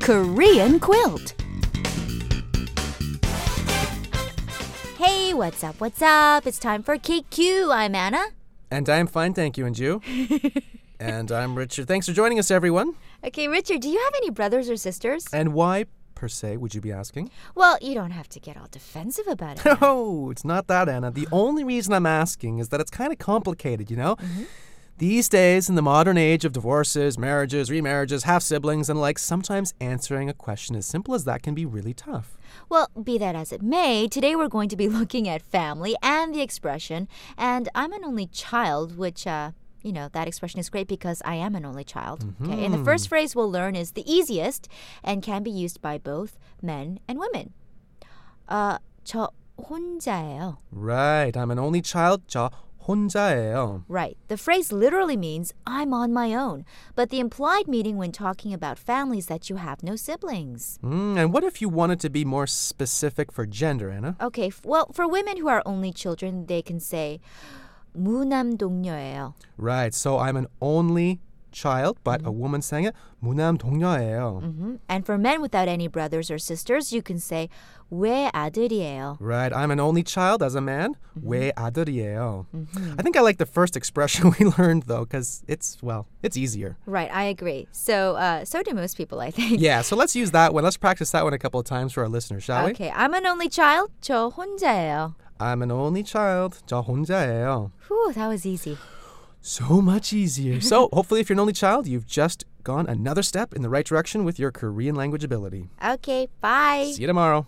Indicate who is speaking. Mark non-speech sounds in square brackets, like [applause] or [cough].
Speaker 1: Korean quilt.
Speaker 2: Hey, what's up? What's up? It's time for KQ. I'm Anna.
Speaker 3: And I'm fine, thank you, and you? and I'm Richard. Thanks for joining us, everyone.
Speaker 2: Okay, Richard, do you have any brothers or sisters?
Speaker 3: And why, per se, would you be asking? [laughs]
Speaker 2: Well, you don't have to get all defensive about it.
Speaker 3: No, it's not that, Anna. The only reason I'm asking is that it's kind of complicated, you know? These days, in the modern age of divorces, marriages, remarriages, half siblings, and like, sometimes answering a question as simple as that can be really tough.
Speaker 2: Well, be that as it may, today we're going to be [laughs] looking at family and the expression, and I'm an only child, which, uh, you know, that expression is great because I am an only child. Okay, and the first phrase we'll learn is the easiest and can be used by both men and women. Uh, 저 혼자예요.
Speaker 3: Right, I'm an only child. 저 혼자예요.
Speaker 2: Right. The phrase literally means I'm on my own, but the implied meaning when talking about families that you have no siblings.
Speaker 3: Mm, and what if you wanted to be more specific for gender, Anna?
Speaker 2: Okay, f- well, for women who are only children, they can say 무남동녀예요.
Speaker 3: Right, so I'm an only child, but a woman sang it, 무남동녀예요.
Speaker 2: Mhm. And for men without any brothers or sisters, you can say 외아들이에요.
Speaker 3: Right, I'm an only child as a man, mm 아들이에요. I think I like the first expression [laughs] we learned though, because it's, well, it's easier.
Speaker 2: Right, I agree. So, uh, so do most people, I think.
Speaker 3: [laughs] Yeah, so let's use that one. Let's practice that one a couple of times for our listeners, shall we?
Speaker 2: Okay, I'm an only child. 저 혼자예요.
Speaker 3: I'm an only child, 저 혼자예요.
Speaker 2: Whew, that was easy.
Speaker 3: So much easier. so, hopefully, if you're an only child, you've just gone another step in the right direction with your Korean language ability.
Speaker 2: Okay, bye.
Speaker 3: See you tomorrow.